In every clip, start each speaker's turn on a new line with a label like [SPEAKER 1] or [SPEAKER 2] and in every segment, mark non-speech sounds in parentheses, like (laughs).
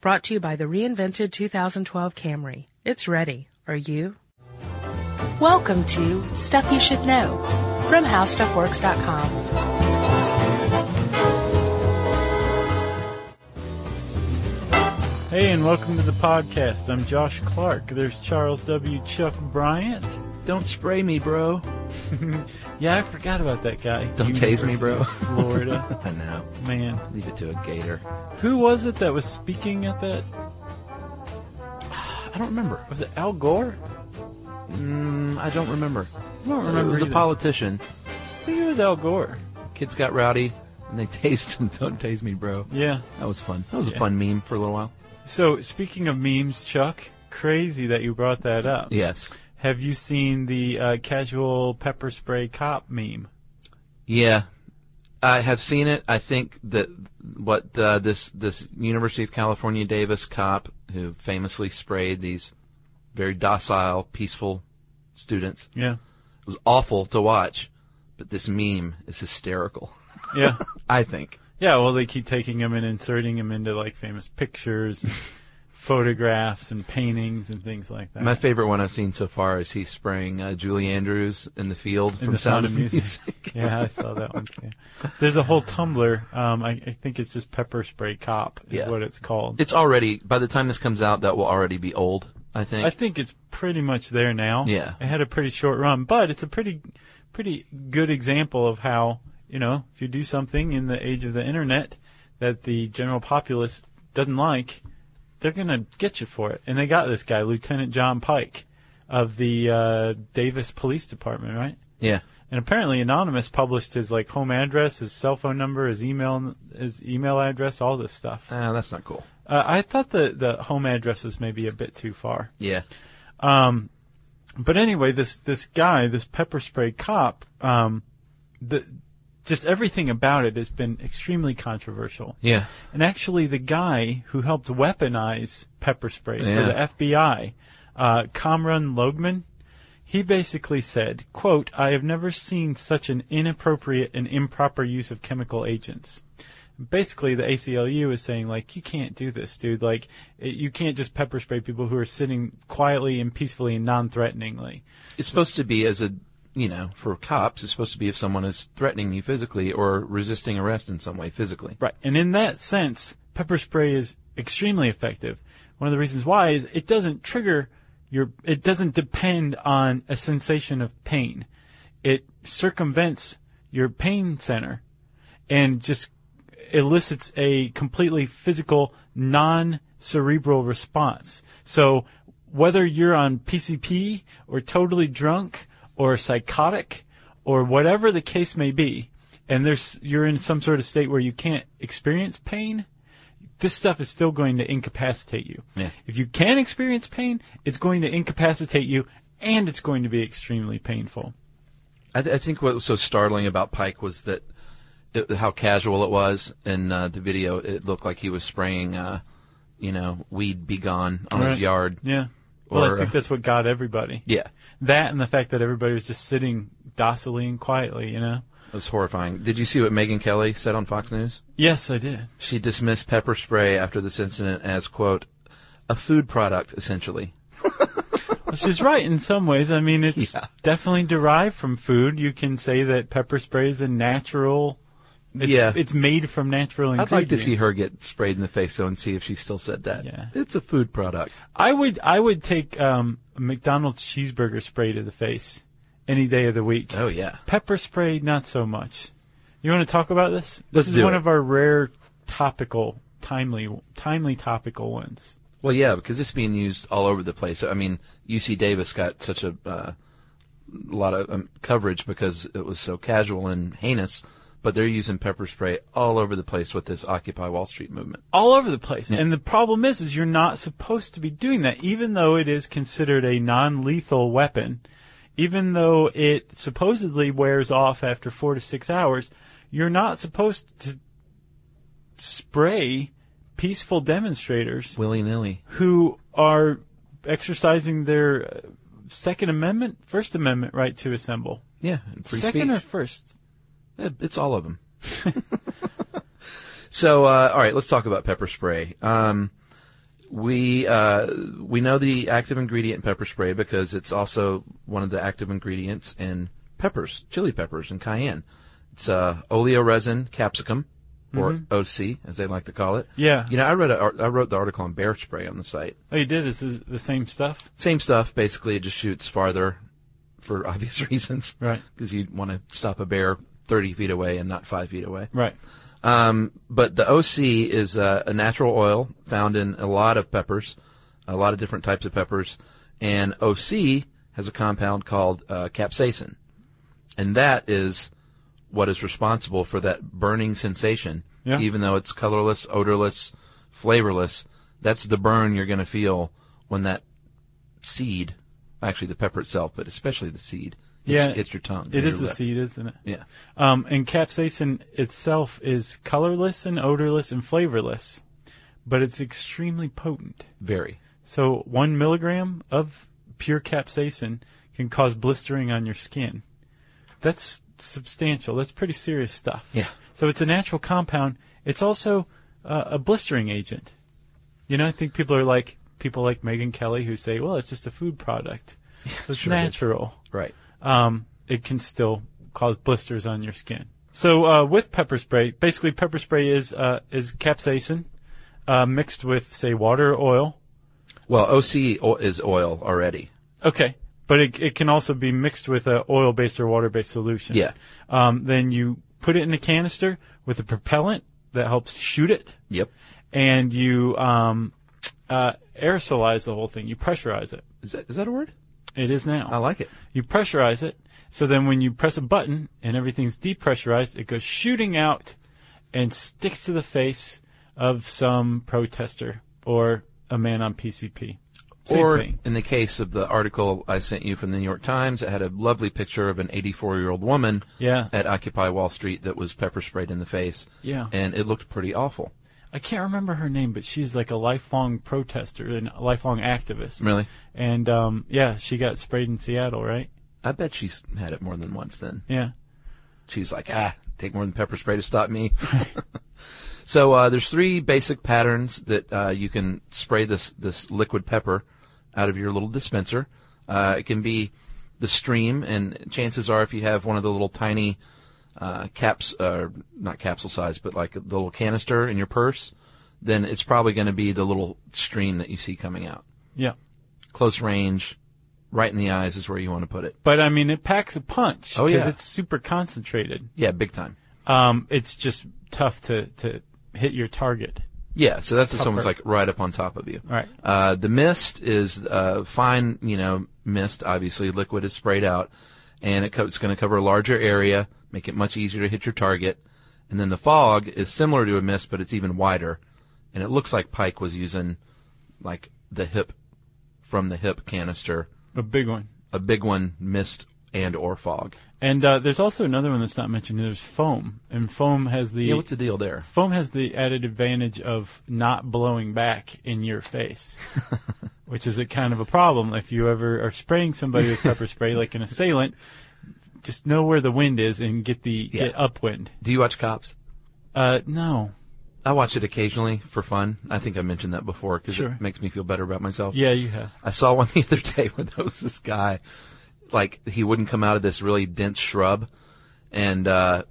[SPEAKER 1] Brought to you by the reinvented 2012 Camry. It's ready. Are you? Welcome to Stuff You Should Know from HowStuffWorks.com.
[SPEAKER 2] Hey, and welcome to the podcast. I'm Josh Clark. There's Charles W. Chuck Bryant.
[SPEAKER 3] Don't spray me, bro.
[SPEAKER 2] Yeah, I forgot about that guy.
[SPEAKER 3] Don't tase me,
[SPEAKER 2] University
[SPEAKER 3] bro.
[SPEAKER 2] of
[SPEAKER 3] (laughs)
[SPEAKER 2] Florida.
[SPEAKER 3] I know.
[SPEAKER 2] Man.
[SPEAKER 3] Leave it to a gator.
[SPEAKER 2] Who was it that was speaking at that?
[SPEAKER 3] I don't remember.
[SPEAKER 2] Was it Al Gore?
[SPEAKER 3] Mm, I don't remember.
[SPEAKER 2] I don't
[SPEAKER 3] it
[SPEAKER 2] remember
[SPEAKER 3] was
[SPEAKER 2] either.
[SPEAKER 3] a politician.
[SPEAKER 2] I think it was Al Gore.
[SPEAKER 3] Kids got rowdy, and they (laughs) tased him. Don't tase me, bro.
[SPEAKER 2] Yeah.
[SPEAKER 3] That was fun. That was
[SPEAKER 2] Yeah.
[SPEAKER 3] a fun meme for a little while.
[SPEAKER 2] So, speaking of memes, Chuck, crazy that you brought that up.
[SPEAKER 3] Yes.
[SPEAKER 2] Have you seen the uh, casual pepper spray cop meme?
[SPEAKER 3] Yeah. I have seen it. I think that what uh, this this University of California Davis cop who famously sprayed these very docile, peaceful students
[SPEAKER 2] Yeah.
[SPEAKER 3] it was awful to watch, but this meme is hysterical. (laughs)
[SPEAKER 2] Yeah.
[SPEAKER 3] I think.
[SPEAKER 2] yeah, well, they keep taking him and inserting him into, like, famous pictures,
[SPEAKER 3] (laughs)
[SPEAKER 2] and photographs, and paintings, and things like that.
[SPEAKER 3] My favorite one I've seen so far is he's spraying uh, Julie Andrews in the field
[SPEAKER 2] In
[SPEAKER 3] from
[SPEAKER 2] the
[SPEAKER 3] Sound of Music. (laughs)
[SPEAKER 2] (laughs) yeah, I saw that one too. There's a whole Tumblr. Um, I, I think it's just Pepper Spray Cop is
[SPEAKER 3] Yeah.
[SPEAKER 2] what it's called.
[SPEAKER 3] It's already by the time this comes out, that will already be old. I think.
[SPEAKER 2] I think it's pretty much there now.
[SPEAKER 3] Yeah.
[SPEAKER 2] It had a pretty short run, but it's a pretty, pretty good example of how you know if you do something in the age of the internet that the general populace doesn't like, they're gonna get you for it. And they got this guy, Lieutenant John Pike, of the uh, Davis Police Department, right?
[SPEAKER 3] yeah.
[SPEAKER 2] And apparently, Anonymous published his like home address, his cell phone number, his email, his email address, all this stuff.
[SPEAKER 3] Ah, that's not cool.
[SPEAKER 2] Uh, I thought the the home address was maybe a bit too far.
[SPEAKER 3] Yeah.
[SPEAKER 2] But anyway, this this guy, this pepper spray cop, um, the just everything about it has been extremely controversial.
[SPEAKER 3] Yeah.
[SPEAKER 2] And actually, the guy who helped weaponize pepper spray
[SPEAKER 3] Yeah.
[SPEAKER 2] for the FBI, uh, Kamran Logman, he basically said, quote, I have never seen such an inappropriate and improper use of chemical agents. Basically, the ACLU is saying, like, you can't do this, dude. Like, it, you can't just pepper spray people who are sitting quietly and peacefully and non-threateningly.
[SPEAKER 3] It's supposed to be as a you know for cops. It's supposed to be if someone is threatening you physically or resisting arrest in some way physically.
[SPEAKER 2] Right. And in that sense, pepper spray is extremely effective. One of the reasons why is it doesn't trigger your, it doesn't depend on a sensation of pain. It circumvents your pain center and just elicits a completely physical, non-cerebral response. So whether you're on PCP or totally drunk or psychotic or whatever the case may be, and there's you're in some sort of state where you can't experience pain, this stuff is still going to incapacitate you.
[SPEAKER 3] Yeah.
[SPEAKER 2] If you can experience pain, it's going to incapacitate you and it's going to be extremely painful.
[SPEAKER 3] I, th- I think what was so startling about Pike was that it, how casual it was in uh, the video. It looked like he was spraying, uh, you know, weed be gone on
[SPEAKER 2] Right.
[SPEAKER 3] his yard.
[SPEAKER 2] Yeah. Well,
[SPEAKER 3] Or,
[SPEAKER 2] I think
[SPEAKER 3] uh,
[SPEAKER 2] that's what got everybody.
[SPEAKER 3] Yeah,
[SPEAKER 2] That and the fact that everybody was just sitting docilely and quietly, you know?
[SPEAKER 3] it was horrifying. Did you see what Megan Kelly said on Fox News?
[SPEAKER 2] Yes, I did.
[SPEAKER 3] She dismissed pepper spray after this incident as quote a food product essentially.
[SPEAKER 2] Which is right in some ways. I mean, it's
[SPEAKER 3] (laughs) Yeah.
[SPEAKER 2] definitely derived from food. You can say that pepper spray is a natural. It's,
[SPEAKER 3] Yeah.
[SPEAKER 2] It's made from natural
[SPEAKER 3] I'd
[SPEAKER 2] ingredients.
[SPEAKER 3] like to see her get sprayed in the face though and see if she still said that.
[SPEAKER 2] Yeah.
[SPEAKER 3] It's a food product.
[SPEAKER 2] I would, I would take, um, a McDonald's cheeseburger spray to the face any day of the week.
[SPEAKER 3] Oh yeah.
[SPEAKER 2] Pepper spray, not so much. You want to talk about this?
[SPEAKER 3] Let's
[SPEAKER 2] this is
[SPEAKER 3] do
[SPEAKER 2] one
[SPEAKER 3] it.
[SPEAKER 2] of our rare topical, timely, timely topical ones.
[SPEAKER 3] Well yeah, because it's being used all over the place. I mean, UC Davis got such a uh, lot of um, coverage because it was so casual and heinous, but they're using pepper spray all over the place with this Occupy Wall Street movement.
[SPEAKER 2] all over the place.
[SPEAKER 3] Yeah.
[SPEAKER 2] And the problem is, is you're not supposed to be doing that, even though it is considered a non-lethal weapon, even though it supposedly wears off after four to six hours, you're not supposed to spray peaceful demonstrators
[SPEAKER 3] Willy nilly.
[SPEAKER 2] who are exercising their uh, Second Amendment, First Amendment right to assemble.
[SPEAKER 3] Yeah, and free
[SPEAKER 2] Second
[SPEAKER 3] speech.
[SPEAKER 2] or first?
[SPEAKER 3] It- Eh, It's all of (laughs) them. so, uh, all right, let's talk about pepper spray. Um, We uh, we know the active ingredient in pepper spray because it's also one of the active ingredients in peppers, chili peppers, and cayenne. It's uh, oleoresin capsicum, or OC as they like to call it.
[SPEAKER 2] Mm-hmm. Yeah.
[SPEAKER 3] You know, I read a, ar- I wrote the article on bear spray on the site.
[SPEAKER 2] Oh, you did? Is this the same stuff?
[SPEAKER 3] Same stuff, basically. It just shoots farther, for (laughs) obvious reasons.
[SPEAKER 2] Right.
[SPEAKER 3] Because you want to stop a bear thirty feet away and not five feet away.
[SPEAKER 2] Right.
[SPEAKER 3] Um, but the OC is uh, a natural oil found in a lot of peppers, a lot of different types of peppers, and OC has a compound called uh, capsaicin, and that is what is responsible for that burning sensation.
[SPEAKER 2] Yeah.
[SPEAKER 3] Even though it's colorless, odorless, flavorless, that's the burn you're going to feel when that seed, actually the pepper itself, but especially the seed, hits,
[SPEAKER 2] Yeah.
[SPEAKER 3] hits your tongue.
[SPEAKER 2] It
[SPEAKER 3] your
[SPEAKER 2] is the
[SPEAKER 3] lip.
[SPEAKER 2] seed, isn't it?
[SPEAKER 3] Yeah.
[SPEAKER 2] Um, and capsaicin itself is colorless and odorless and flavorless, but it's extremely potent.
[SPEAKER 3] Very.
[SPEAKER 2] So one milligram of pure capsaicin can cause blistering on your skin. That's substantial. That's pretty serious stuff.
[SPEAKER 3] Yeah.
[SPEAKER 2] So it's a natural compound. It's also uh, a blistering agent. You know, I think people are like people like Megan Kelly who say, "Well, it's just a food product, so it's
[SPEAKER 3] sure it is.
[SPEAKER 2] natural."
[SPEAKER 3] Right.
[SPEAKER 2] um, it can still cause blisters on your skin. So uh, with pepper spray, basically pepper spray is uh, is capsaicin uh, mixed with say water or oil.
[SPEAKER 3] Well, OC o- is oil already.
[SPEAKER 2] Okay, but it, it can also be mixed with a oil based or water based solution.
[SPEAKER 3] Yeah.
[SPEAKER 2] Um, then you put it in a canister with a propellant that helps shoot it,
[SPEAKER 3] Yep.
[SPEAKER 2] and you um, uh, aerosolize the whole thing. You pressurize it.
[SPEAKER 3] Is that, is that a word?
[SPEAKER 2] It is now.
[SPEAKER 3] I like it.
[SPEAKER 2] You pressurize it. So then when you press a button and everything's depressurized, it goes shooting out and sticks to the face of some protester or a man on PCP. Same
[SPEAKER 3] or
[SPEAKER 2] thing.
[SPEAKER 3] in the case of the article I sent you from the New York Times, it had a lovely picture of an 84 year old woman
[SPEAKER 2] Yeah.
[SPEAKER 3] at Occupy Wall Street that was pepper sprayed in the face.
[SPEAKER 2] Yeah.
[SPEAKER 3] And it looked pretty awful.
[SPEAKER 2] I can't remember her name, but she's like a lifelong protester and a lifelong activist.
[SPEAKER 3] Really?
[SPEAKER 2] And um, yeah, she got sprayed in Seattle, right?
[SPEAKER 3] I bet she's had it more than once then.
[SPEAKER 2] Yeah.
[SPEAKER 3] She's like, ah, take more than pepper spray to stop me. (laughs) so uh, there's three basic patterns that uh, you can spray this this liquid pepper out of your little dispenser. Uh, it can be the stream, and chances are, if you have one of the little tiny uh, caps, uh, not capsule size, but like the little canister in your purse, then it's probably going to be the little stream that you see coming out.
[SPEAKER 2] Yeah.
[SPEAKER 3] Close range, right in the eyes is where you want to put it.
[SPEAKER 2] But I mean, it packs a punch
[SPEAKER 3] Oh, yeah.
[SPEAKER 2] it's super concentrated.
[SPEAKER 3] Yeah, big time.
[SPEAKER 2] Um, it's just tough to, to hit your target.
[SPEAKER 3] Yeah, so that's if someone's
[SPEAKER 2] tougher.
[SPEAKER 3] like right up on top of you.
[SPEAKER 2] Right.
[SPEAKER 3] Uh, the mist is uh, fine, you know, mist. Obviously, liquid is sprayed out, and it co- it's going to cover a larger area, make it much easier to hit your target. And then the fog is similar to a mist, but it's even wider, and it looks like Pike was using like the hip from the hip canister,
[SPEAKER 2] A big one.
[SPEAKER 3] a big one, mist and or fog.
[SPEAKER 2] And uh, there's also another one that's not mentioned. There's foam, and foam has the
[SPEAKER 3] Yeah, what's the deal there?
[SPEAKER 2] foam has the added advantage of not blowing back in your
[SPEAKER 3] (laughs)
[SPEAKER 2] face, which is a kind of a problem if you ever are spraying somebody with pepper
[SPEAKER 3] (laughs)
[SPEAKER 2] spray, like an assailant. Just know where the wind is and get the
[SPEAKER 3] Yeah.
[SPEAKER 2] get upwind.
[SPEAKER 3] Do you watch Cops?
[SPEAKER 2] Uh, no,
[SPEAKER 3] I watch it occasionally for fun. I think I mentioned that before because
[SPEAKER 2] Sure.
[SPEAKER 3] it makes me feel better about myself.
[SPEAKER 2] yeah, you
[SPEAKER 3] (laughs)
[SPEAKER 2] have.
[SPEAKER 3] I saw one the other day where there was this guy, like he wouldn't come out of this really dense shrub, and uh,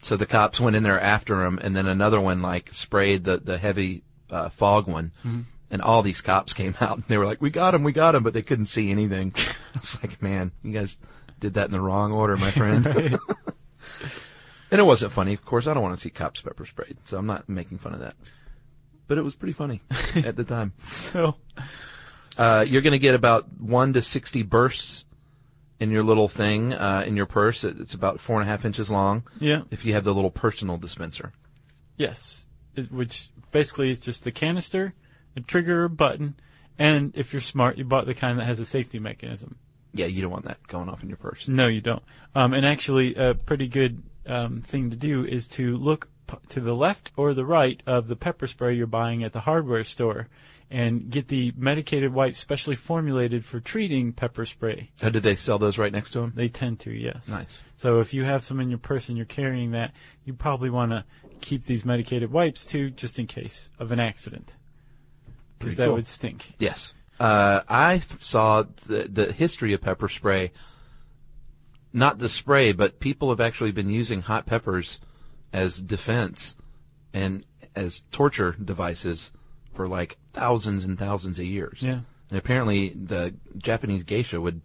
[SPEAKER 3] so the cops went in there after him, and then another one like sprayed the the heavy uh, fog one, and all these cops (laughs) came out and they were like, "We got him, we got him," but they couldn't see anything. (laughs) I was like, "Man, you guys did that in the wrong order, my friend." (laughs) and it wasn't funny, of course. I don't want to see cops pepper sprayed, so I'm not making fun of that. But it was pretty funny at the time.
[SPEAKER 2] So
[SPEAKER 3] Uh, you're going to get about one to 60 bursts in your little thing, uh, in your purse. It- It's about four and a half inches long.
[SPEAKER 2] Yeah.
[SPEAKER 3] If you have the little personal dispenser.
[SPEAKER 2] Yes, it, which basically is just the canister, a trigger, a button, and if you're smart, you bought the kind that has a safety mechanism.
[SPEAKER 3] Yeah, you don't want that going off in your purse.
[SPEAKER 2] No, you don't. Um, and actually, a pretty good um, thing to do is to look p- to the left or the right of the pepper spray you're buying at the hardware store, and get the medicated wipes specially formulated for treating pepper spray.
[SPEAKER 3] How did they sell those right next to them?
[SPEAKER 2] They tend to, yes.
[SPEAKER 3] Nice.
[SPEAKER 2] So if you have some in your purse and you're carrying that, you probably want to keep these medicated wipes too, just in case of an accident. because
[SPEAKER 3] Pretty
[SPEAKER 2] that
[SPEAKER 3] cool.
[SPEAKER 2] would stink.
[SPEAKER 3] Yes. Uh, I f- saw the, the history of pepper spray, not the spray, but people have actually been using hot peppers as defense and as torture devices for like thousands and thousands of years.
[SPEAKER 2] Yeah.
[SPEAKER 3] And apparently the Japanese geisha would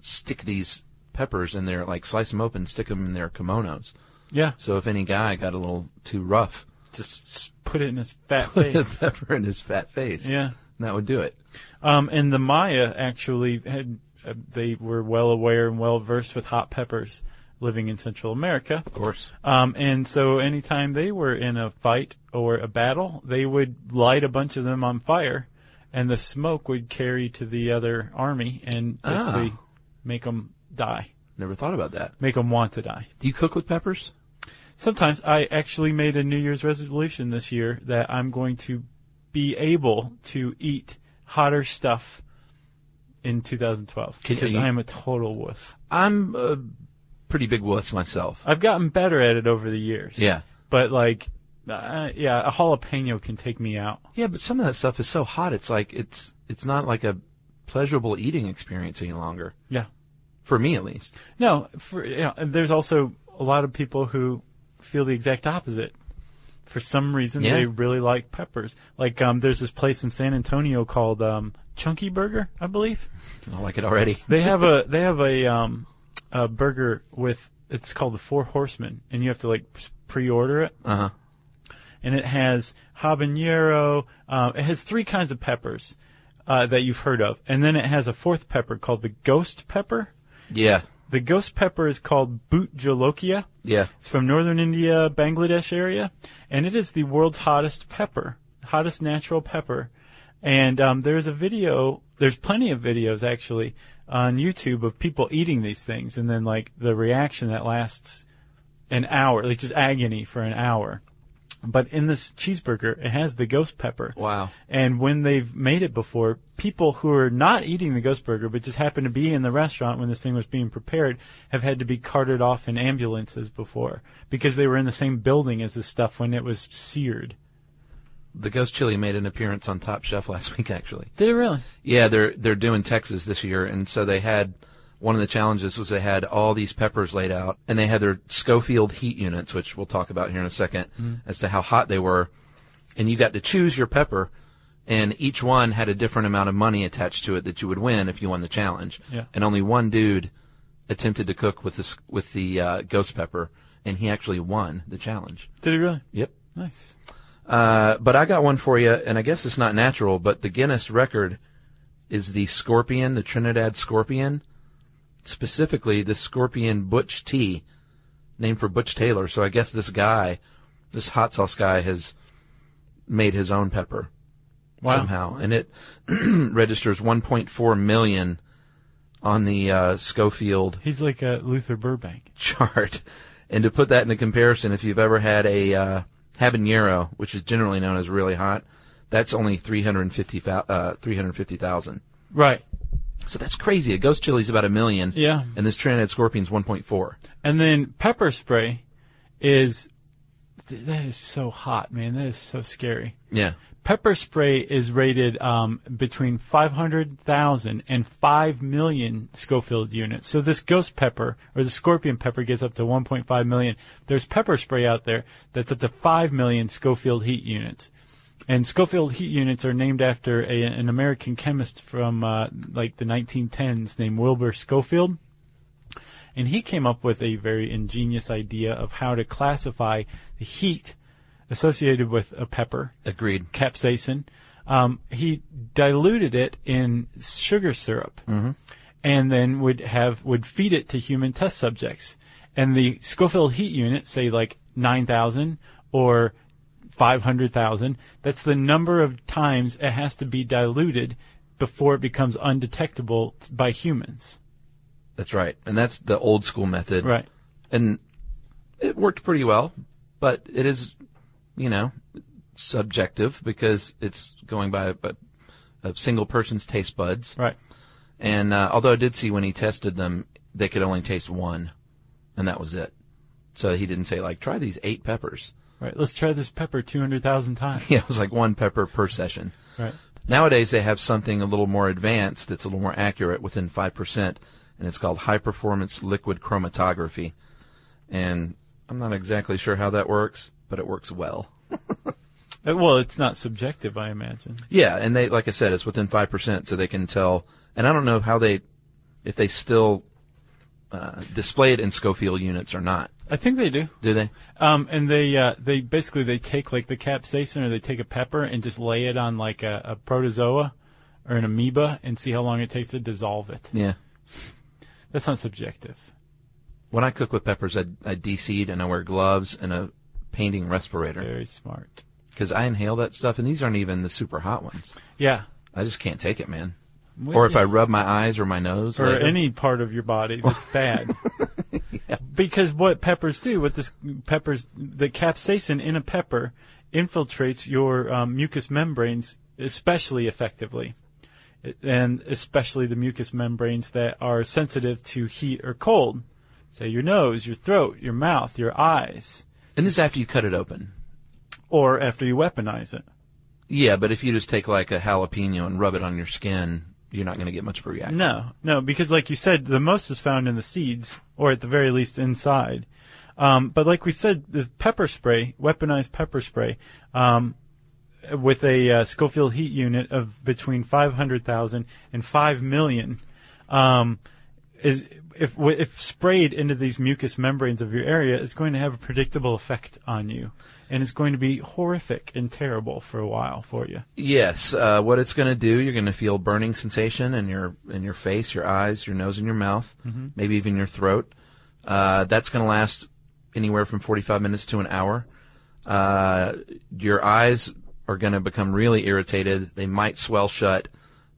[SPEAKER 3] stick these peppers in their, like slice them open, stick them in their kimonos.
[SPEAKER 2] Yeah,
[SPEAKER 3] So if any guy got a little too rough, (laughs)
[SPEAKER 2] just s- put it in his fat
[SPEAKER 3] put a
[SPEAKER 2] face.
[SPEAKER 3] pepper in his fat face.
[SPEAKER 2] Yeah.
[SPEAKER 3] And that would do it.
[SPEAKER 2] Um, and the Maya actually had uh, they were well aware and well versed with hot peppers living in Central America.
[SPEAKER 3] Of course.
[SPEAKER 2] Um, and so anytime they were in a fight or a battle, they would light a bunch of them on fire, and the smoke would carry to the other army and basically make
[SPEAKER 3] Ah.
[SPEAKER 2] 'em make them die,
[SPEAKER 3] Never thought about that.
[SPEAKER 2] make them want to die.
[SPEAKER 3] Do you cook with peppers?
[SPEAKER 2] Sometimes I actually made a New Year's resolution this year that I'm going to be able to eat hotter stuff in 2012
[SPEAKER 3] Can-
[SPEAKER 2] because
[SPEAKER 3] you-
[SPEAKER 2] I am a total wuss.
[SPEAKER 3] I'm a pretty big wuss myself.
[SPEAKER 2] I've gotten better at it over the years.
[SPEAKER 3] Yeah.
[SPEAKER 2] But like, uh, yeah, a jalapeno can take me out.
[SPEAKER 3] Yeah, but some of that stuff is so hot. It's like it's it's not like a pleasurable eating experience any longer
[SPEAKER 2] Yeah.
[SPEAKER 3] for me at least.
[SPEAKER 2] No, for, yeah, and there's also a lot of people who feel the exact opposite. For some reason,
[SPEAKER 3] Yeah.
[SPEAKER 2] they really like peppers. Like, um, there's this place in San Antonio called um, Chunky Burger, I believe.
[SPEAKER 3] I like it already.
[SPEAKER 2] They have a they have a um a burger with it's called the Four Horsemen, and you have to like pre-order it,
[SPEAKER 3] Uh huh.
[SPEAKER 2] and it has habanero. Uh, it has three kinds of peppers uh, that you've heard of, and then it has a fourth pepper called the ghost pepper.
[SPEAKER 3] Yeah,
[SPEAKER 2] The ghost pepper is called boot jolokia.
[SPEAKER 3] yeah.
[SPEAKER 2] It's from northern India, Bangladesh area, and it is the world's hottest pepper, hottest natural pepper. And um, there's a video, there's plenty of videos actually on YouTube of people eating these things, and then like the reaction that lasts an hour, like just agony for an hour. But in this cheeseburger, it has the ghost pepper.
[SPEAKER 3] Wow.
[SPEAKER 2] And when they've made it before, people who are not eating the ghost burger but just happen to be in the restaurant when this thing was being prepared have had to be carted off in ambulances before because they were in the same building as this stuff when it was seared.
[SPEAKER 3] The ghost chili made an appearance on Top Chef last (laughs) week actually.
[SPEAKER 2] Did it really?
[SPEAKER 3] Yeah, they're they're doing Texas this year, and so they had one of the challenges was they had all these peppers laid out, and they had their Schofield heat units, which we'll talk about here in a 2nd as to how hot they were, and you got to choose your pepper, and each one had a different amount of money attached to it that you would win if you won the challenge,
[SPEAKER 2] Yeah.
[SPEAKER 3] and only one dude attempted to cook with this with the uh, ghost pepper, and he actually won the challenge.
[SPEAKER 2] Did it really?
[SPEAKER 3] Yep.
[SPEAKER 2] Nice.
[SPEAKER 3] Uh, but I got one for you, and I guess it's not natural, but the Guinness record is the scorpion, the Trinidad scorpion, specifically the scorpion Butch T, named for Butch Taylor. So I guess this guy, this hot sauce guy, has made his own pepper
[SPEAKER 2] Wow.
[SPEAKER 3] somehow, and it (clears throat) registers 1.4 million on the uh, Schofield
[SPEAKER 2] He's like a Luther Burbank.
[SPEAKER 3] chart. And to put that into comparison, if you've ever had a uh, habanero, which is generally known as really hot, that's only 350, uh, 350,000.
[SPEAKER 2] Right.
[SPEAKER 3] So that's crazy. A ghost chili's about a million.
[SPEAKER 2] Yeah.
[SPEAKER 3] And this Trinidad Scorpion's 1.4.
[SPEAKER 2] And then pepper spray is th- that is so hot, man. That is so scary.
[SPEAKER 3] Yeah.
[SPEAKER 2] Pepper spray is rated um, between 500,000 and 5 million Schofield units. So this ghost pepper or the scorpion pepper gets up to 1.5 million. There's pepper spray out there that's up to 5 million Schofield heat units. And Schofield heat units are named after a, an American chemist from uh, like the 1910s named Wilbur Schofield. And he came up with a very ingenious idea of how to classify the heat associated with a pepper
[SPEAKER 3] Agreed.
[SPEAKER 2] capsaicin. Um, he diluted it in sugar syrup, and then would have would feed it to human test subjects. And the Schofield heat unit, say like nine thousand or five hundred thousand, that's the number of times it has to be diluted before it becomes undetectable t- by humans.
[SPEAKER 3] That's right. And that's the old school method.
[SPEAKER 2] Right.
[SPEAKER 3] And it worked pretty well, but it is, you know, subjective because it's going by a, a single person's taste buds.
[SPEAKER 2] Right.
[SPEAKER 3] And uh, although I did see when he tested them, they could only taste one, and that was it. So he didn't say like try these eight peppers. (laughs)
[SPEAKER 2] (laughs) Right. Let's try this pepper two hundred thousand times.
[SPEAKER 3] Yeah, it was like one pepper per session.
[SPEAKER 2] Right.
[SPEAKER 3] Nowadays, they have something a little more advanced that's a little more accurate within 5%, and it's called high performance liquid chromatography. And I'm not exactly sure how that works, but it works well.
[SPEAKER 2] Uh, Well, it's not subjective, I imagine.
[SPEAKER 3] Yeah, and they, like I said, it's within 5%, so they can tell. And I don't know how they, if they still uh, display it in Schofield units or not.
[SPEAKER 2] I think they do.
[SPEAKER 3] Do they?
[SPEAKER 2] Um, and they uh, they basically they take like the capsaicin or they take a pepper and just lay it on like a, a protozoa or an amoeba and see how long it takes to dissolve it.
[SPEAKER 3] Yeah.
[SPEAKER 2] That's not subjective.
[SPEAKER 3] When I cook with peppers, I, I de-seed and I wear gloves and a painting respirator
[SPEAKER 2] Very smart.
[SPEAKER 3] because I inhale that stuff, and these aren't even the super hot ones.
[SPEAKER 2] Yeah.
[SPEAKER 3] I just can't take it, man.
[SPEAKER 2] With
[SPEAKER 3] Or if
[SPEAKER 2] you.
[SPEAKER 3] I rub my eyes or my nose,
[SPEAKER 2] or
[SPEAKER 3] later.
[SPEAKER 2] any part of your body that's bad. Because what peppers do, what this peppers, the capsaicin in a pepper infiltrates your um, mucous membranes especially effectively, and especially the mucous membranes that are sensitive to heat or cold. Say your nose, your throat, your mouth, your eyes,
[SPEAKER 3] and this is after you cut it open.
[SPEAKER 2] or after you weaponize it.
[SPEAKER 3] Yeah, but if you just take like a jalapeno and rub it on your skin, you're not going to get much of a reaction.
[SPEAKER 2] No, no, because like you said, the most is found in the seeds, or at the very least inside. Um, but like we said, the pepper spray, weaponized pepper spray, um, with a uh, Schofield heat unit of between 500,000 and 5 million, um, is if if sprayed into these mucous membranes of your area, is going to have a predictable effect on you, and it's going to be horrific and terrible for a while for you.
[SPEAKER 3] Yes, uh, what it's going to do, you're going to feel burning sensation in your in your face, your eyes, your nose, and your mouth,
[SPEAKER 2] Mm-hmm.
[SPEAKER 3] maybe even your throat. Uh, that's going to last anywhere from 45 minutes to an hour. Uh, your eyes are going to become really irritated. They might swell shut,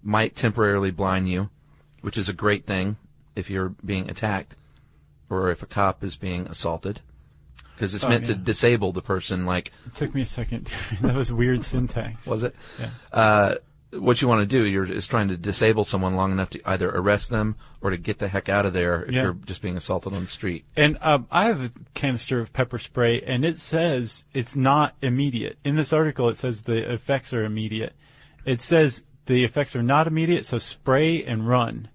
[SPEAKER 3] might temporarily blind you, which is a great thing if you're being attacked or if a cop is being assaulted, because it's
[SPEAKER 2] Oh,
[SPEAKER 3] meant to
[SPEAKER 2] yeah.
[SPEAKER 3] disable the person. Like,
[SPEAKER 2] It took me a second. (laughs) that was weird syntax.
[SPEAKER 3] was it?
[SPEAKER 2] Yeah.
[SPEAKER 3] Uh, what you want to do you're, is trying to disable someone long enough to either arrest them or to get the heck out of there if
[SPEAKER 2] Yeah.
[SPEAKER 3] you're just being assaulted on the street.
[SPEAKER 2] And um, I have a canister of pepper spray, and it says it's not immediate. In this article, it says the effects are immediate. It says the effects are not immediate, so spray and run,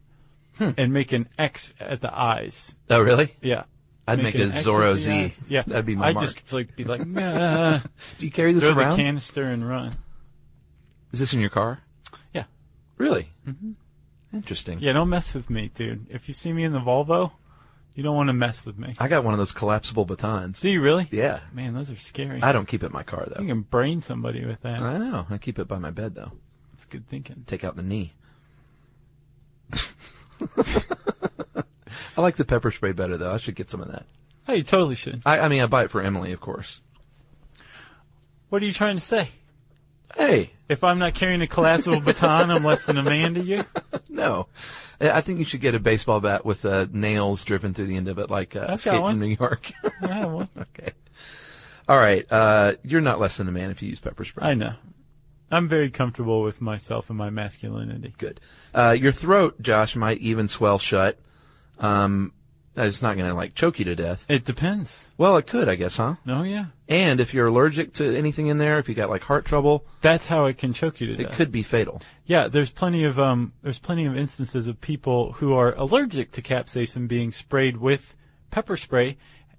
[SPEAKER 3] Hmm.
[SPEAKER 2] and make an X at the eyes.
[SPEAKER 3] Oh, really?
[SPEAKER 2] Yeah,
[SPEAKER 3] I'd make,
[SPEAKER 2] an
[SPEAKER 3] a
[SPEAKER 2] X at
[SPEAKER 3] Zorro
[SPEAKER 2] the
[SPEAKER 3] Z.
[SPEAKER 2] eyes. Yeah,
[SPEAKER 3] That'd be my
[SPEAKER 2] I
[SPEAKER 3] mark.
[SPEAKER 2] just like be like,
[SPEAKER 3] (laughs)
[SPEAKER 2] nah,
[SPEAKER 3] do you carry this
[SPEAKER 2] throw the
[SPEAKER 3] around?
[SPEAKER 2] canister and run.
[SPEAKER 3] is this in your car?
[SPEAKER 2] Yeah,
[SPEAKER 3] Really? Mm-hmm. Interesting.
[SPEAKER 2] yeah. Don't mess with me, dude. If you see me in the Volvo, you don't want to mess with me.
[SPEAKER 3] I got one of those collapsible batons.
[SPEAKER 2] Do you really?
[SPEAKER 3] Yeah.
[SPEAKER 2] Man, those are scary.
[SPEAKER 3] I don't keep it in my car,
[SPEAKER 2] you
[SPEAKER 3] though.
[SPEAKER 2] can brain somebody with that.
[SPEAKER 3] I know. I keep it by my bed, though.
[SPEAKER 2] It's good thinking.
[SPEAKER 3] Take out the knee. (laughs) I like the pepper spray better, though. I should get some of that.
[SPEAKER 2] Oh, you totally should.
[SPEAKER 3] I, I mean, I buy it for Emily, of course.
[SPEAKER 2] What are you trying to say?
[SPEAKER 3] Hey,
[SPEAKER 2] If I'm not carrying a
[SPEAKER 3] (laughs)
[SPEAKER 2] collapsible baton, I'm less than a man to you?
[SPEAKER 3] No, I I think you should get a baseball bat with uh, nails driven through the end of it, like uh,
[SPEAKER 2] I've got
[SPEAKER 3] Escape
[SPEAKER 2] one.
[SPEAKER 3] from New York. (laughs)
[SPEAKER 2] I have one.
[SPEAKER 3] okay. All right. Uh, you're not less than a man if you use pepper spray.
[SPEAKER 2] I know. I'm very comfortable with myself and my masculinity.
[SPEAKER 3] Good. Uh, your throat, Josh, might even swell shut. Um, it's not going to like choke you to death.
[SPEAKER 2] It depends.
[SPEAKER 3] Well, it could, I guess, huh?
[SPEAKER 2] Oh, yeah.
[SPEAKER 3] And if you're allergic to anything in there, if you got like heart trouble,
[SPEAKER 2] That's how it can choke you to
[SPEAKER 3] it
[SPEAKER 2] death.
[SPEAKER 3] could be fatal.
[SPEAKER 2] Yeah, there's plenty of um, there's plenty of instances of people who are allergic to capsaicin being sprayed with pepper spray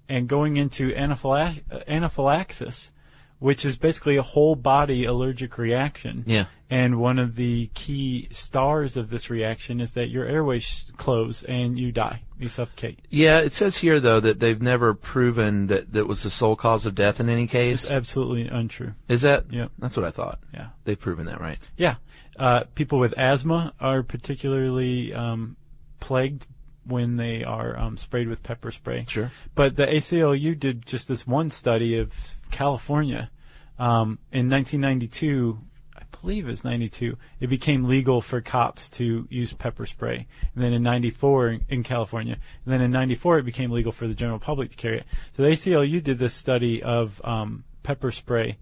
[SPEAKER 2] and going into anaphylax- anaphylaxis, which is basically a whole body allergic reaction.
[SPEAKER 3] Yeah.
[SPEAKER 2] And one of the key stars of this reaction is that your airways sh- close and you die. You suffocate.
[SPEAKER 3] Yeah, it says here though that they've never proven that that was the sole cause of death in any
[SPEAKER 2] It's
[SPEAKER 3] case.
[SPEAKER 2] absolutely untrue.
[SPEAKER 3] Is that?
[SPEAKER 2] Yeah.
[SPEAKER 3] That's what I thought.
[SPEAKER 2] Yeah.
[SPEAKER 3] They've proven that, right?
[SPEAKER 2] Yeah. Uh, people with asthma are particularly um, plagued when they are um, sprayed with pepper spray.
[SPEAKER 3] Sure.
[SPEAKER 2] But the ACLU did just this one study of California. Um, in 1992, I believe it was 92, it became legal for cops to use pepper spray. And then in 94 in, in California, and then in 94 it became legal for the general public to carry it. So the ACLU did this study of um, pepper spray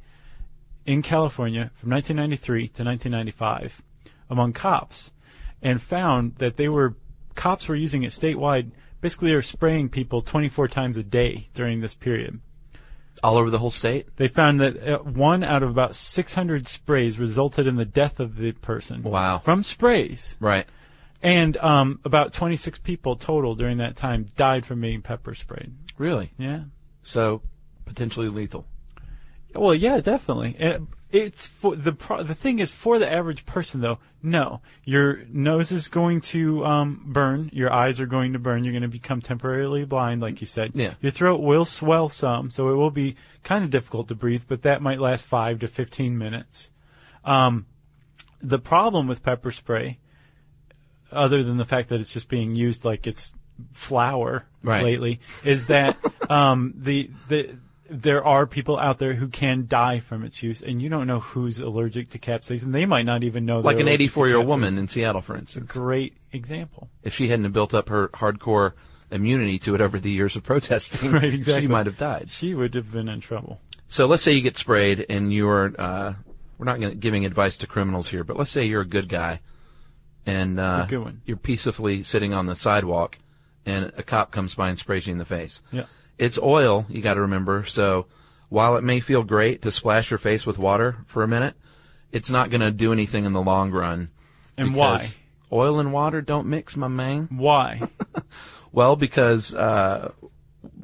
[SPEAKER 2] in California from 1993 to 1995 among cops and found that they were cops were using it statewide basically they were spraying people 24 times a day during this period
[SPEAKER 3] all over the whole state.
[SPEAKER 2] They found that uh, one out of about 600 sprays resulted in the death of the person.
[SPEAKER 3] Wow.
[SPEAKER 2] From sprays.
[SPEAKER 3] Right.
[SPEAKER 2] And um, about 26 people total during that time died from being pepper sprayed.
[SPEAKER 3] Really.
[SPEAKER 2] Yeah.
[SPEAKER 3] So potentially lethal.
[SPEAKER 2] Well, yeah, definitely. And it's for the pro- the thing is for the average person though. No, your nose is going to um, burn. Your eyes are going to burn. You're going to become temporarily blind, like you said.
[SPEAKER 3] Yeah.
[SPEAKER 2] Your throat will swell some, so it will be kind of difficult to breathe. But that might last five to fifteen minutes. Um, the problem with pepper spray, other than the fact that it's just being used like it's flour
[SPEAKER 3] Right.
[SPEAKER 2] lately, is
[SPEAKER 3] (laughs)
[SPEAKER 2] that um, the the there are people out there who can die from its use, and you don't know who's allergic to capsaicin. They might not even know.
[SPEAKER 3] Like
[SPEAKER 2] they're
[SPEAKER 3] an
[SPEAKER 2] allergic to
[SPEAKER 3] 84 year old
[SPEAKER 2] capsaicin.
[SPEAKER 3] woman in Seattle, for instance.
[SPEAKER 2] Great example.
[SPEAKER 3] If she hadn't have built up her hardcore immunity to it over the years of (laughs) protesting,
[SPEAKER 2] Right, exactly.
[SPEAKER 3] she might have died.
[SPEAKER 2] She would have been in trouble.
[SPEAKER 3] So let's say you get sprayed and you're, uh, we're not gonna, giving advice to criminals here, but let's say you're a good guy and, uh,
[SPEAKER 2] good one.
[SPEAKER 3] you're peacefully sitting on the sidewalk and a cop comes by and sprays you in the face.
[SPEAKER 2] Yeah.
[SPEAKER 3] It's oil, you gotta remember, so while it may feel great to splash your face with water for a minute, it's not gonna do anything in the long run.
[SPEAKER 2] And
[SPEAKER 3] because Oil and water don't mix, my man.
[SPEAKER 2] why? Why?
[SPEAKER 3] Well, because uh,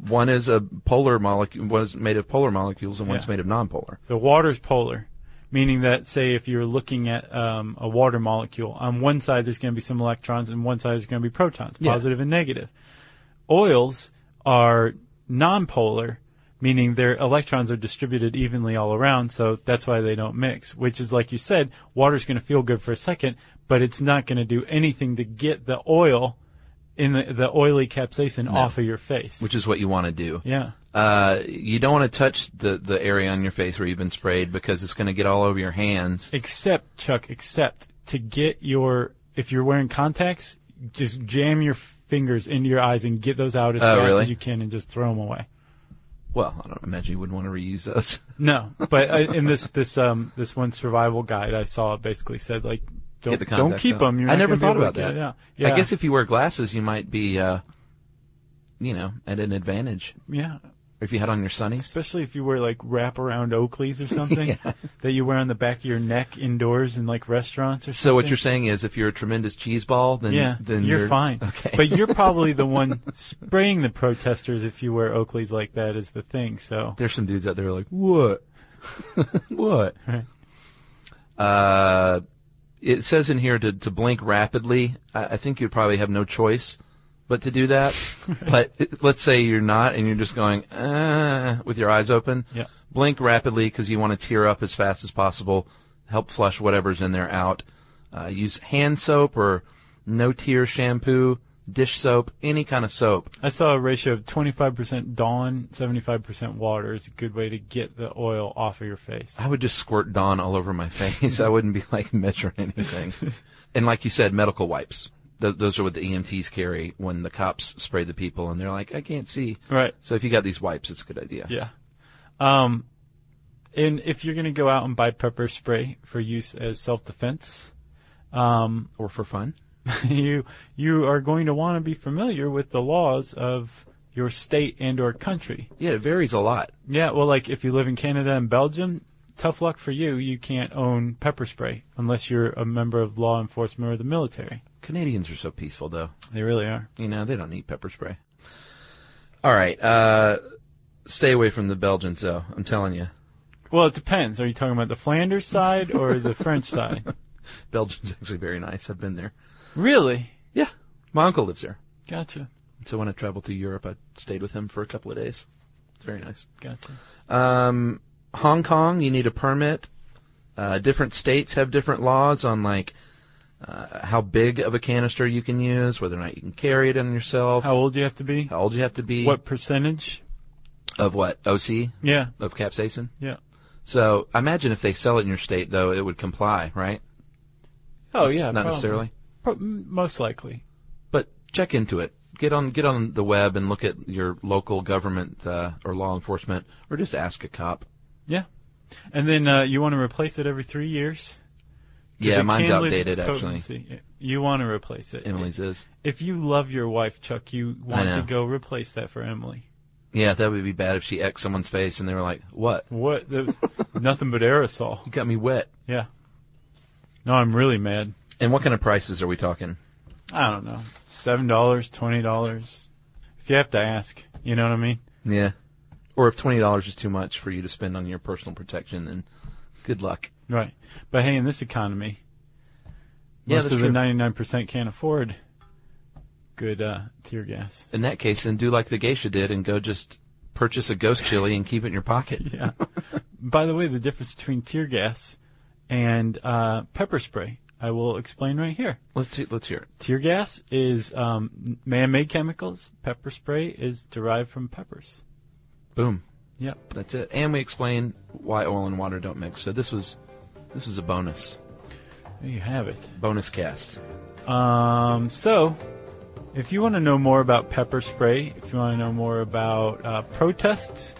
[SPEAKER 3] one is a polar molecule, one is made of polar molecules, and one's
[SPEAKER 2] Yeah.
[SPEAKER 3] made of nonpolar.
[SPEAKER 2] So water's polar, meaning that say if you're looking at um, a water molecule, on one side there's going to be some electrons, and one side there's going to be protons,
[SPEAKER 3] Yeah.
[SPEAKER 2] positive and negative. Oils are nonpolar, meaning their electrons are distributed evenly all around, so that's why they don't mix. Which is like you said, water's going to feel good for a second, but it's not going to do anything to get the oil in the, the oily capsaicin off of your face.
[SPEAKER 3] Which is what you want to do.
[SPEAKER 2] yeah.
[SPEAKER 3] Uh, you don't want to touch the, the area on your face where you've been sprayed because it's going to get all over your hands.
[SPEAKER 2] except Chuck, except to get your if you're wearing contacts, just jam your fingers into your eyes and get those out as
[SPEAKER 3] Oh,
[SPEAKER 2] fast
[SPEAKER 3] really?
[SPEAKER 2] as you can and just throw them away.
[SPEAKER 3] Well, I don't imagine you would want to reuse those. (laughs)
[SPEAKER 2] No, but uh, in this this um this one survival guide I saw basically said like don't
[SPEAKER 3] Get the
[SPEAKER 2] don't
[SPEAKER 3] contacts
[SPEAKER 2] keep
[SPEAKER 3] out.
[SPEAKER 2] them. You're
[SPEAKER 3] I
[SPEAKER 2] not gonna
[SPEAKER 3] never
[SPEAKER 2] be
[SPEAKER 3] thought
[SPEAKER 2] able
[SPEAKER 3] about
[SPEAKER 2] to
[SPEAKER 3] that.
[SPEAKER 2] get- Yeah, yeah,
[SPEAKER 3] I guess if you wear glasses, you might be, uh, you know, at an advantage.
[SPEAKER 2] yeah.
[SPEAKER 3] Or if you had on your sunnies.
[SPEAKER 2] Especially if you wear like wraparound
[SPEAKER 3] (laughs)
[SPEAKER 2] Oakleys or something that you wear on the back of your neck indoors in like restaurants or something.
[SPEAKER 3] So what you're saying is, if you're a tremendous cheese ball, then
[SPEAKER 2] Yeah,
[SPEAKER 3] then
[SPEAKER 2] you're, fine.
[SPEAKER 3] (laughs) Okay,
[SPEAKER 2] But you're probably
[SPEAKER 3] (laughs)
[SPEAKER 2] the one spraying the protesters if you wear Oakleys like that is the thing. So
[SPEAKER 3] There's some dudes out there like, what? what? (laughs) Uh, it says in here to, to blink rapidly. I, I think you'd probably have no choice but to do that. but it- let's say you're not and you're just going, uh, with your eyes open.
[SPEAKER 2] Yeah.
[SPEAKER 3] Blink rapidly because you want to tear up as fast as possible. Help flush whatever's in there out. Uh, use hand soap or no tear shampoo, dish soap, any kind of soap.
[SPEAKER 2] I saw a ratio of 25% Dawn, 75% water is a good way to get the oil off of your face.
[SPEAKER 3] I would just squirt Dawn all over my (laughs) face. I wouldn't be like measuring anything. and like you said, medical wipes. Th- those are what the EMTs carry when the cops spray the people and they're like, I can't see.
[SPEAKER 2] Right.
[SPEAKER 3] So if you got these wipes, it's a good idea.
[SPEAKER 2] Yeah. Um, and if you're going to go out and buy pepper spray for use as self-defense, (laughs)
[SPEAKER 3] Or for fun.
[SPEAKER 2] you, you are going to want to be familiar with the laws of your state and or country.
[SPEAKER 3] Yeah, it varies a lot.
[SPEAKER 2] Yeah, well, like if you live in Canada and Belgium, tough luck for you. You can't own pepper spray unless you're a member of law enforcement or the military.
[SPEAKER 3] Canadians are so peaceful though.
[SPEAKER 2] They really are.
[SPEAKER 3] You know, they don't need pepper spray. All right. Uh, stay away from the Belgians though. I'm telling you.
[SPEAKER 2] Well, it depends. Are you talking about the Flanders side (laughs) or the French side?
[SPEAKER 3] Belgium's actually very nice. I've been there.
[SPEAKER 2] Really?
[SPEAKER 3] Yeah. My uncle lives there.
[SPEAKER 2] Gotcha.
[SPEAKER 3] So when I traveled to Europe, I stayed with him for a couple of days. It's very nice.
[SPEAKER 2] Gotcha.
[SPEAKER 3] Um, Hong Kong, you need a permit. Uh, different states have different laws on like uh, how big of a canister you can use, whether or not you can carry it on yourself,
[SPEAKER 2] How old do you have to be?
[SPEAKER 3] how old you have to be,
[SPEAKER 2] What percentage?
[SPEAKER 3] of what OC
[SPEAKER 2] Yeah.
[SPEAKER 3] of capsaicin.
[SPEAKER 2] Yeah.
[SPEAKER 3] So I imagine if they sell it in your state, though, it would comply, right?
[SPEAKER 2] Oh, yeah.
[SPEAKER 3] not
[SPEAKER 2] probably.
[SPEAKER 3] necessarily,
[SPEAKER 2] Pro- m- most likely.
[SPEAKER 3] but check into it. Get on get on the web and look at your local government uh, or law enforcement, or just ask a cop.
[SPEAKER 2] Yeah. And then uh, you want to replace it every three years? 'Cause
[SPEAKER 3] Yeah,
[SPEAKER 2] it
[SPEAKER 3] mine's
[SPEAKER 2] can lose its
[SPEAKER 3] outdated actually.
[SPEAKER 2] potency. You want to replace it.
[SPEAKER 3] Emily's is.
[SPEAKER 2] If you love your wife, Chuck, you want
[SPEAKER 3] know.
[SPEAKER 2] to go replace that for Emily.
[SPEAKER 3] Yeah, that would be bad if she X'd someone's face and they were like, what?
[SPEAKER 2] What? That (laughs) was nothing but aerosol.
[SPEAKER 3] You got me wet.
[SPEAKER 2] Yeah. No, I'm really mad.
[SPEAKER 3] And what kind of prices are we talking?
[SPEAKER 2] I don't know. Seven dollars, twenty dollars. If you have to ask, you know what I mean.
[SPEAKER 3] Yeah. Or if $20 is too much for you to spend on your personal protection, then good luck.
[SPEAKER 2] Right. But hey, in this economy,
[SPEAKER 3] Yeah,
[SPEAKER 2] most
[SPEAKER 3] that's
[SPEAKER 2] of
[SPEAKER 3] true.
[SPEAKER 2] the 99% can't afford good uh, tear gas.
[SPEAKER 3] In that case, then do like the geisha did and go just purchase a ghost chili and keep it in your (laughs) pocket.
[SPEAKER 2] Yeah. By the way, the difference between tear gas and uh, pepper spray, I will explain right here.
[SPEAKER 3] Let's see, let's hear it.
[SPEAKER 2] Tear gas is um, man-made chemicals. Pepper spray is derived from peppers.
[SPEAKER 3] Boom.
[SPEAKER 2] Yep.
[SPEAKER 3] That's it. And we explain why oil and water don't mix. So this was this was a bonus.
[SPEAKER 2] There you have it.
[SPEAKER 3] Bonus cast.
[SPEAKER 2] Um, so, if you want to know more about pepper spray, if you want to know more about uh, protests,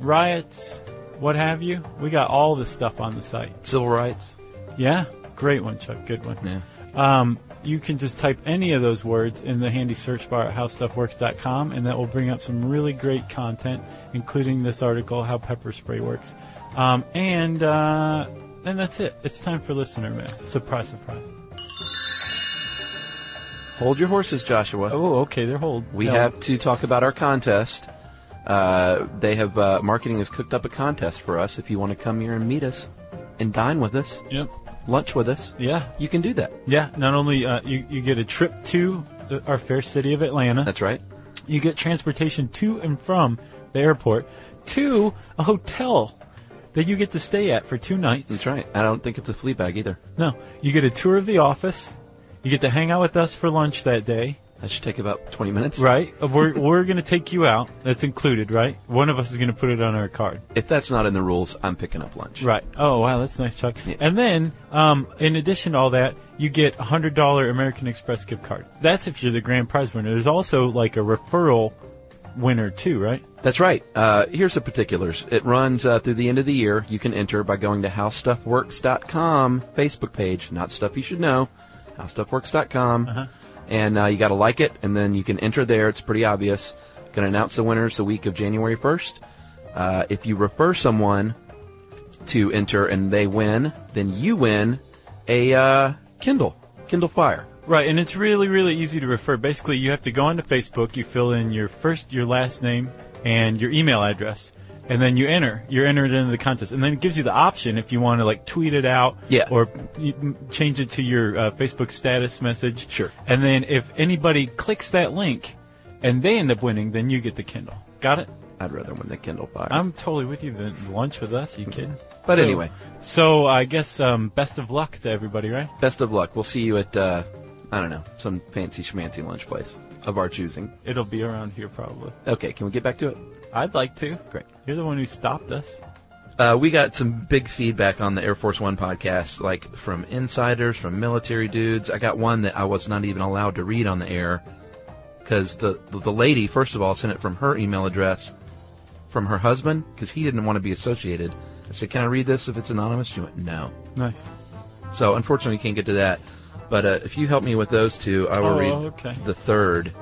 [SPEAKER 2] riots, what have you, we got all this stuff on the site.
[SPEAKER 3] Civil rights.
[SPEAKER 2] Yeah, great one, Chuck. Good one.
[SPEAKER 3] Yeah.
[SPEAKER 2] Um, you can just type any of those words in the handy search bar at howstuffworks.com, and that will bring up some really great content, including this article, How Pepper Spray Works. Um, and, uh, and that's it. It's time for listener mail. Surprise, surprise.
[SPEAKER 3] Hold your horses, Joshua.
[SPEAKER 2] Oh, okay. They're hold.
[SPEAKER 3] We
[SPEAKER 2] held.
[SPEAKER 3] have to talk about our contest. Uh, they have uh, marketing has cooked up a contest for us. If you want to come here and meet us, and dine with us,
[SPEAKER 2] Yep.
[SPEAKER 3] lunch with us,
[SPEAKER 2] Yeah.
[SPEAKER 3] you can do that.
[SPEAKER 2] Yeah. Not only uh, you you get a trip to the- our fair city of Atlanta.
[SPEAKER 3] That's right.
[SPEAKER 2] you get transportation to and from the airport to a hotel that you get to stay at for two nights.
[SPEAKER 3] That's right. I don't think it's a flea bag either.
[SPEAKER 2] No, you get a tour of the office. You get to hang out with us for lunch that day,
[SPEAKER 3] That should take about 20 minutes.
[SPEAKER 2] right? Uh, We're (laughs) we're gonna take you out. That's included, right? One of us is gonna put it on our card,
[SPEAKER 3] If that's not in the rules, I'm picking up lunch.
[SPEAKER 2] right? Oh wow, that's nice, Chuck.
[SPEAKER 3] Yeah.
[SPEAKER 2] And then, um, in addition to all that, you get a hundred dollar American Express gift card. That's if you're the grand prize winner. There's also like a referral winner too, right?
[SPEAKER 3] That's right. Uh, here's the particulars. It runs uh, through the end of the year. You can enter by going to howstuffworks.com Facebook page, not stuff you should know, howstuffworks.com. And uh, you got to like it, and then you can enter there. It's pretty obvious. Going to announce the winners the week of January 1st. Uh, if you refer someone to enter and they win, then you win a uh, Kindle, Kindle Fire.
[SPEAKER 2] Right, and it's really, really easy to refer. Basically, you have to go onto Facebook, you fill in your first, your last name, and your email address, and then you enter. You're entered into the contest, and then it gives you the option if you want to like tweet it out,
[SPEAKER 3] Yeah.
[SPEAKER 2] or you can change it to your uh, Facebook status message.
[SPEAKER 3] Sure.
[SPEAKER 2] And then if anybody clicks that link, and they end up winning, then you get the Kindle. Got it?
[SPEAKER 3] I'd rather win the Kindle Fire.
[SPEAKER 2] I'm totally with you. Then lunch with us. Are you kidding?
[SPEAKER 3] Mm-hmm. But
[SPEAKER 2] So-
[SPEAKER 3] anyway.
[SPEAKER 2] so I guess um, best of luck to everybody, right?
[SPEAKER 3] Best of luck. We'll see you at, uh, I don't know, some fancy schmancy lunch place of our choosing.
[SPEAKER 2] It'll be around here probably.
[SPEAKER 3] Okay, can we get back to it?
[SPEAKER 2] I'd like to.
[SPEAKER 3] Great.
[SPEAKER 2] You're the one who stopped us.
[SPEAKER 3] Uh, we got some big feedback on the Air Force One podcast, like from insiders, from military dudes. I got one that I was not even allowed to read on the air because the, the, the lady, first of all, sent it from her email address from her husband because he didn't want to be associated. I said, Can I read this if it's anonymous? She went, No.
[SPEAKER 2] Nice.
[SPEAKER 3] So unfortunately, you can't get to that. But uh, if you help me with those two, I will
[SPEAKER 2] Oh,
[SPEAKER 3] read
[SPEAKER 2] okay.
[SPEAKER 3] the third.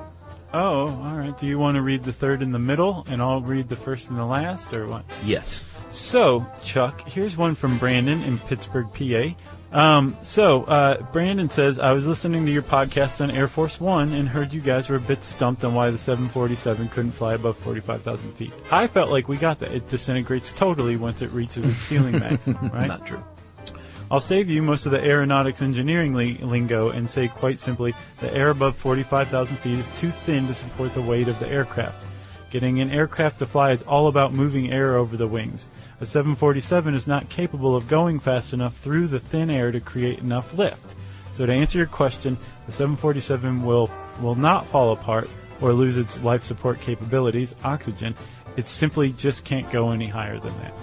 [SPEAKER 2] Oh, all right. Do you want to read the third and the middle, and I'll read the first and the last, or what?
[SPEAKER 3] Yes.
[SPEAKER 2] So, Chuck, here's one from Brandon in Pittsburgh, PA. Um, so, uh, Brandon says, I was listening to your podcast on Air Force One and heard you guys were a bit stumped on why the 747 couldn't fly above 45,000 feet. I felt like we got that. It disintegrates totally once it reaches its ceiling maximum, right?
[SPEAKER 3] Not true.
[SPEAKER 2] I'll save you most of the aeronautics engineering li- lingo and say quite simply the air above 45,000 feet is too thin to support the weight of the aircraft. Getting an aircraft to fly is all about moving air over the wings. A 747 is not capable of going fast enough through the thin air to create enough lift. So to answer your question, the 747 will will not fall apart or lose its life support capabilities, oxygen. It simply just can't go any higher than that.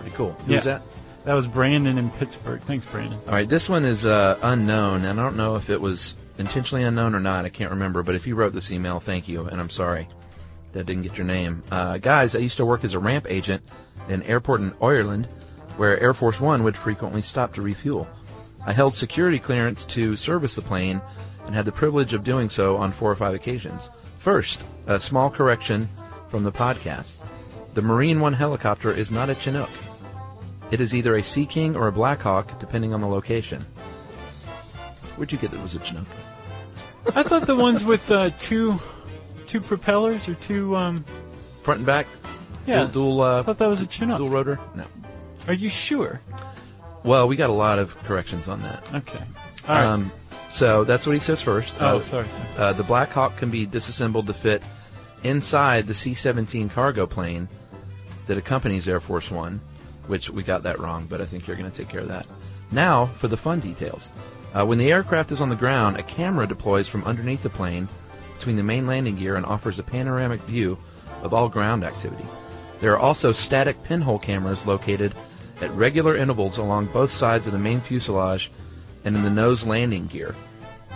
[SPEAKER 3] Pretty cool. Who's
[SPEAKER 2] Yeah.
[SPEAKER 3] that?
[SPEAKER 2] That was Brandon in Pittsburgh. Thanks, Brandon.
[SPEAKER 3] All right, this one is uh, unknown, and I don't know if it was intentionally unknown or not. I can't remember, but if you wrote this email, thank you, and I'm sorry that I didn't get your name. Uh, guys, I used to work as a ramp agent in an airport in Ireland where Air Force One would frequently stop to refuel. I held security clearance to service the plane and had the privilege of doing so on four or five occasions. First, a small correction from the podcast. The Marine One helicopter is not a Chinook. It is either a Sea King or a Black Hawk, depending on the location. Where'd you get that it was a Chinook?
[SPEAKER 2] I thought the ones with uh, two two propellers or two. Um,
[SPEAKER 3] Front and back?
[SPEAKER 2] yeah.
[SPEAKER 3] Dual, dual, uh,
[SPEAKER 2] I thought that was a Chinook.
[SPEAKER 3] Dual rotor? No.
[SPEAKER 2] Are you sure?
[SPEAKER 3] Well, we got a lot of corrections on that.
[SPEAKER 2] Okay. All right.
[SPEAKER 3] Um, so that's what he says first.
[SPEAKER 2] oh,
[SPEAKER 3] Uh,
[SPEAKER 2] sorry, sorry.
[SPEAKER 3] Uh, the Black Hawk can be disassembled to fit inside the C 17 cargo plane that accompanies Air Force One, which we got that wrong, but I think you're going to take care of that. Now for the fun details. Uh, when the aircraft is on the ground, a camera deploys from underneath the plane between the main landing gear and offers a panoramic view of all ground activity. There are also static pinhole cameras located at regular intervals along both sides of the main fuselage and in the nose landing gear.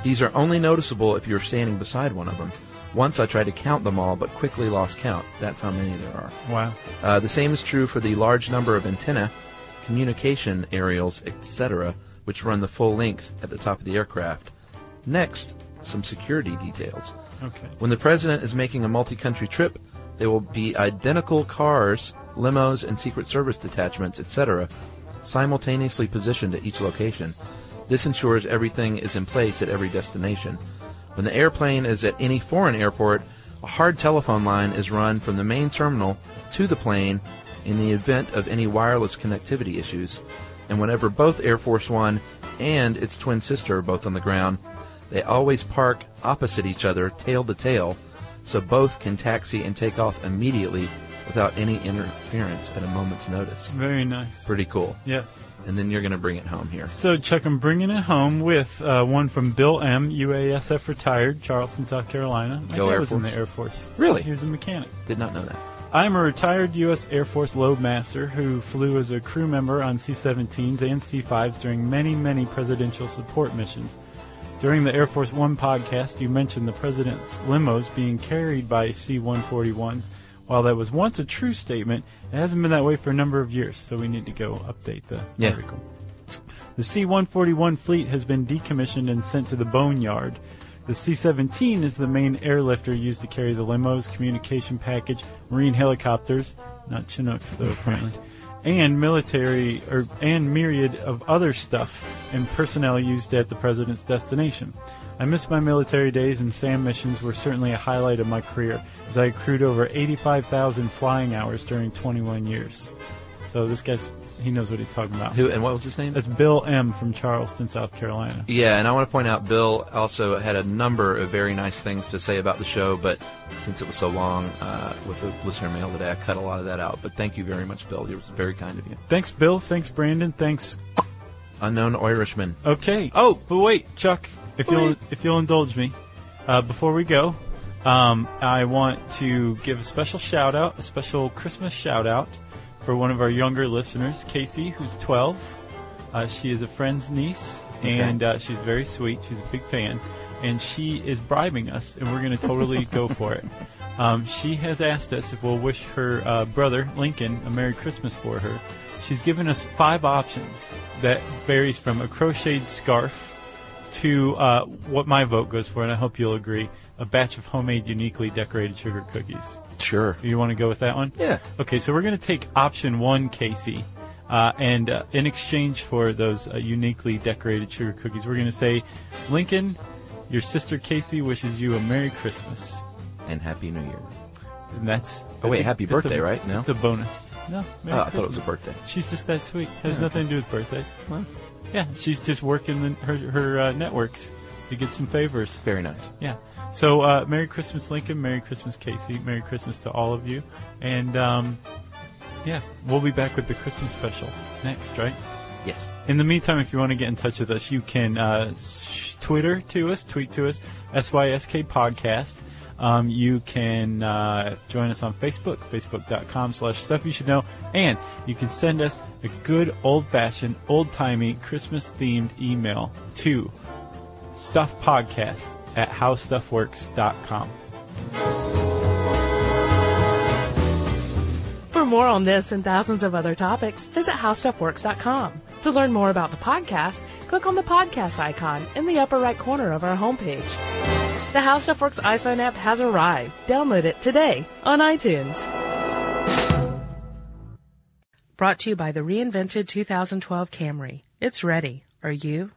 [SPEAKER 3] These are only noticeable if you're standing beside one of them. Once I tried to count them all, but quickly lost count. That's how many there are.
[SPEAKER 2] Wow.
[SPEAKER 3] Uh, the same is true for the large number of antenna, communication aerials, etc., which run the full length at the top of the aircraft. Next, some security details.
[SPEAKER 2] Okay.
[SPEAKER 3] When the president is making a multi country trip, there will be identical cars, limos, and Secret Service detachments, etc., simultaneously positioned at each location. This ensures everything is in place at every destination. When the airplane is at any foreign airport, a hard telephone line is run from the main terminal to the plane in the event of any wireless connectivity issues. And whenever both Air Force One and its twin sister are both on the ground, they always park opposite each other, tail to tail, so both can taxi and take off immediately without any interference at a moment's notice.
[SPEAKER 2] Very nice.
[SPEAKER 3] Pretty cool.
[SPEAKER 2] Yes.
[SPEAKER 3] And then you're going to bring it home here.
[SPEAKER 2] So, Chuck, I'm bringing it home with uh, one from Bill M., UASF retired, Charleston, South Carolina. My
[SPEAKER 3] Go
[SPEAKER 2] dad
[SPEAKER 3] Air
[SPEAKER 2] was in the
[SPEAKER 3] Force.
[SPEAKER 2] Air Force.
[SPEAKER 3] Really?
[SPEAKER 2] He was a mechanic.
[SPEAKER 3] Did not know that.
[SPEAKER 2] I'm a retired U.S. Air Force loadmaster who flew as a crew member on C 17s and C 5s during many, many presidential support missions. During the Air Force One podcast, you mentioned the president's limos being carried by C 141s. While that was once a true statement, it hasn't been that way for a number of years, so we need to go update the
[SPEAKER 3] Yeah.
[SPEAKER 2] article. The C 141 fleet has been decommissioned and sent to the boneyard. The C 17 is the main airlifter used to carry the limos, communication package, marine helicopters, not Chinooks though, apparently, and military or and myriad of other stuff and personnel used at the president's destination. I miss my military days, and SAM missions were certainly a highlight of my career, as I accrued over 85,000 flying hours during 21 years. So this guy's he knows what he's talking about.
[SPEAKER 3] Who and what was his name?
[SPEAKER 2] That's Bill M. from Charleston, South Carolina.
[SPEAKER 3] Yeah, and I want to point out Bill also had a number of very nice things to say about the show, but since it was so long uh, with the listener mail today, I cut a lot of that out. But thank you very much, Bill. It was very kind of you.
[SPEAKER 2] Thanks, Bill. Thanks, Brandon. Thanks.
[SPEAKER 3] Unknown Irishman.
[SPEAKER 2] Okay. Oh, but wait, Chuck, if you'll
[SPEAKER 3] Wait.
[SPEAKER 2] if you'll indulge me, uh, before we go, um, I want to give a special shout out, a special Christmas shout out for one of our younger listeners, Casey, who's 12. Uh, she is a friend's niece,
[SPEAKER 3] Okay.
[SPEAKER 2] and uh, she's very sweet. She's a big fan, and she is bribing us, and we're going to totally go for it. Um, she has asked us if we'll wish her uh, brother Lincoln a Merry Christmas for her. She's given us five options that varies from a crocheted scarf to uh, what my vote goes for, and I hope you'll agree: a batch of homemade, uniquely decorated sugar cookies.
[SPEAKER 3] Sure.
[SPEAKER 2] You want to go with that one?
[SPEAKER 3] Yeah.
[SPEAKER 2] Okay, so we're going to take option one, Casey. Uh, and uh, in exchange for those uh, uniquely decorated sugar cookies, we're going to say, Lincoln, your sister Casey wishes you a Merry Christmas.
[SPEAKER 3] And Happy New Year.
[SPEAKER 2] And that's.
[SPEAKER 3] Oh,
[SPEAKER 2] I
[SPEAKER 3] wait,
[SPEAKER 2] think
[SPEAKER 3] happy
[SPEAKER 2] that's
[SPEAKER 3] birthday,
[SPEAKER 2] a,
[SPEAKER 3] right? No?
[SPEAKER 2] It's a bonus. No, Merry
[SPEAKER 3] Oh, I thought it was a
[SPEAKER 2] Christmas.
[SPEAKER 3] birthday.
[SPEAKER 2] She's just that sweet. Has
[SPEAKER 3] Yeah,
[SPEAKER 2] nothing to do with birthdays.
[SPEAKER 3] Well,
[SPEAKER 2] Yeah, she's just working the, her, her uh, networks to get some favors.
[SPEAKER 3] very nice.
[SPEAKER 2] Yeah. So, uh, Merry Christmas, Lincoln. Merry Christmas, Casey. Merry Christmas to all of you. And, um, yeah, we'll be back with the Christmas special next, right?
[SPEAKER 3] Yes.
[SPEAKER 2] In the meantime, if you want to get in touch with us, you can uh, sh- Twitter to us, tweet to us, SYSK Podcast. Um, you can uh, join us on Facebook, facebook.com slash stuff you should know. And you can send us a good old fashioned, old timey, Christmas themed email to stuffpodcast at howstuffworks.com.
[SPEAKER 1] For more on this and thousands of other topics, visit howstuffworks.com. To learn more about the podcast, click on the podcast icon in the upper right corner of our homepage. The How Stuff Works iPhone app has arrived. Download it today on iTunes. Brought to you by the reinvented 2012 Camry. It's ready. Are you?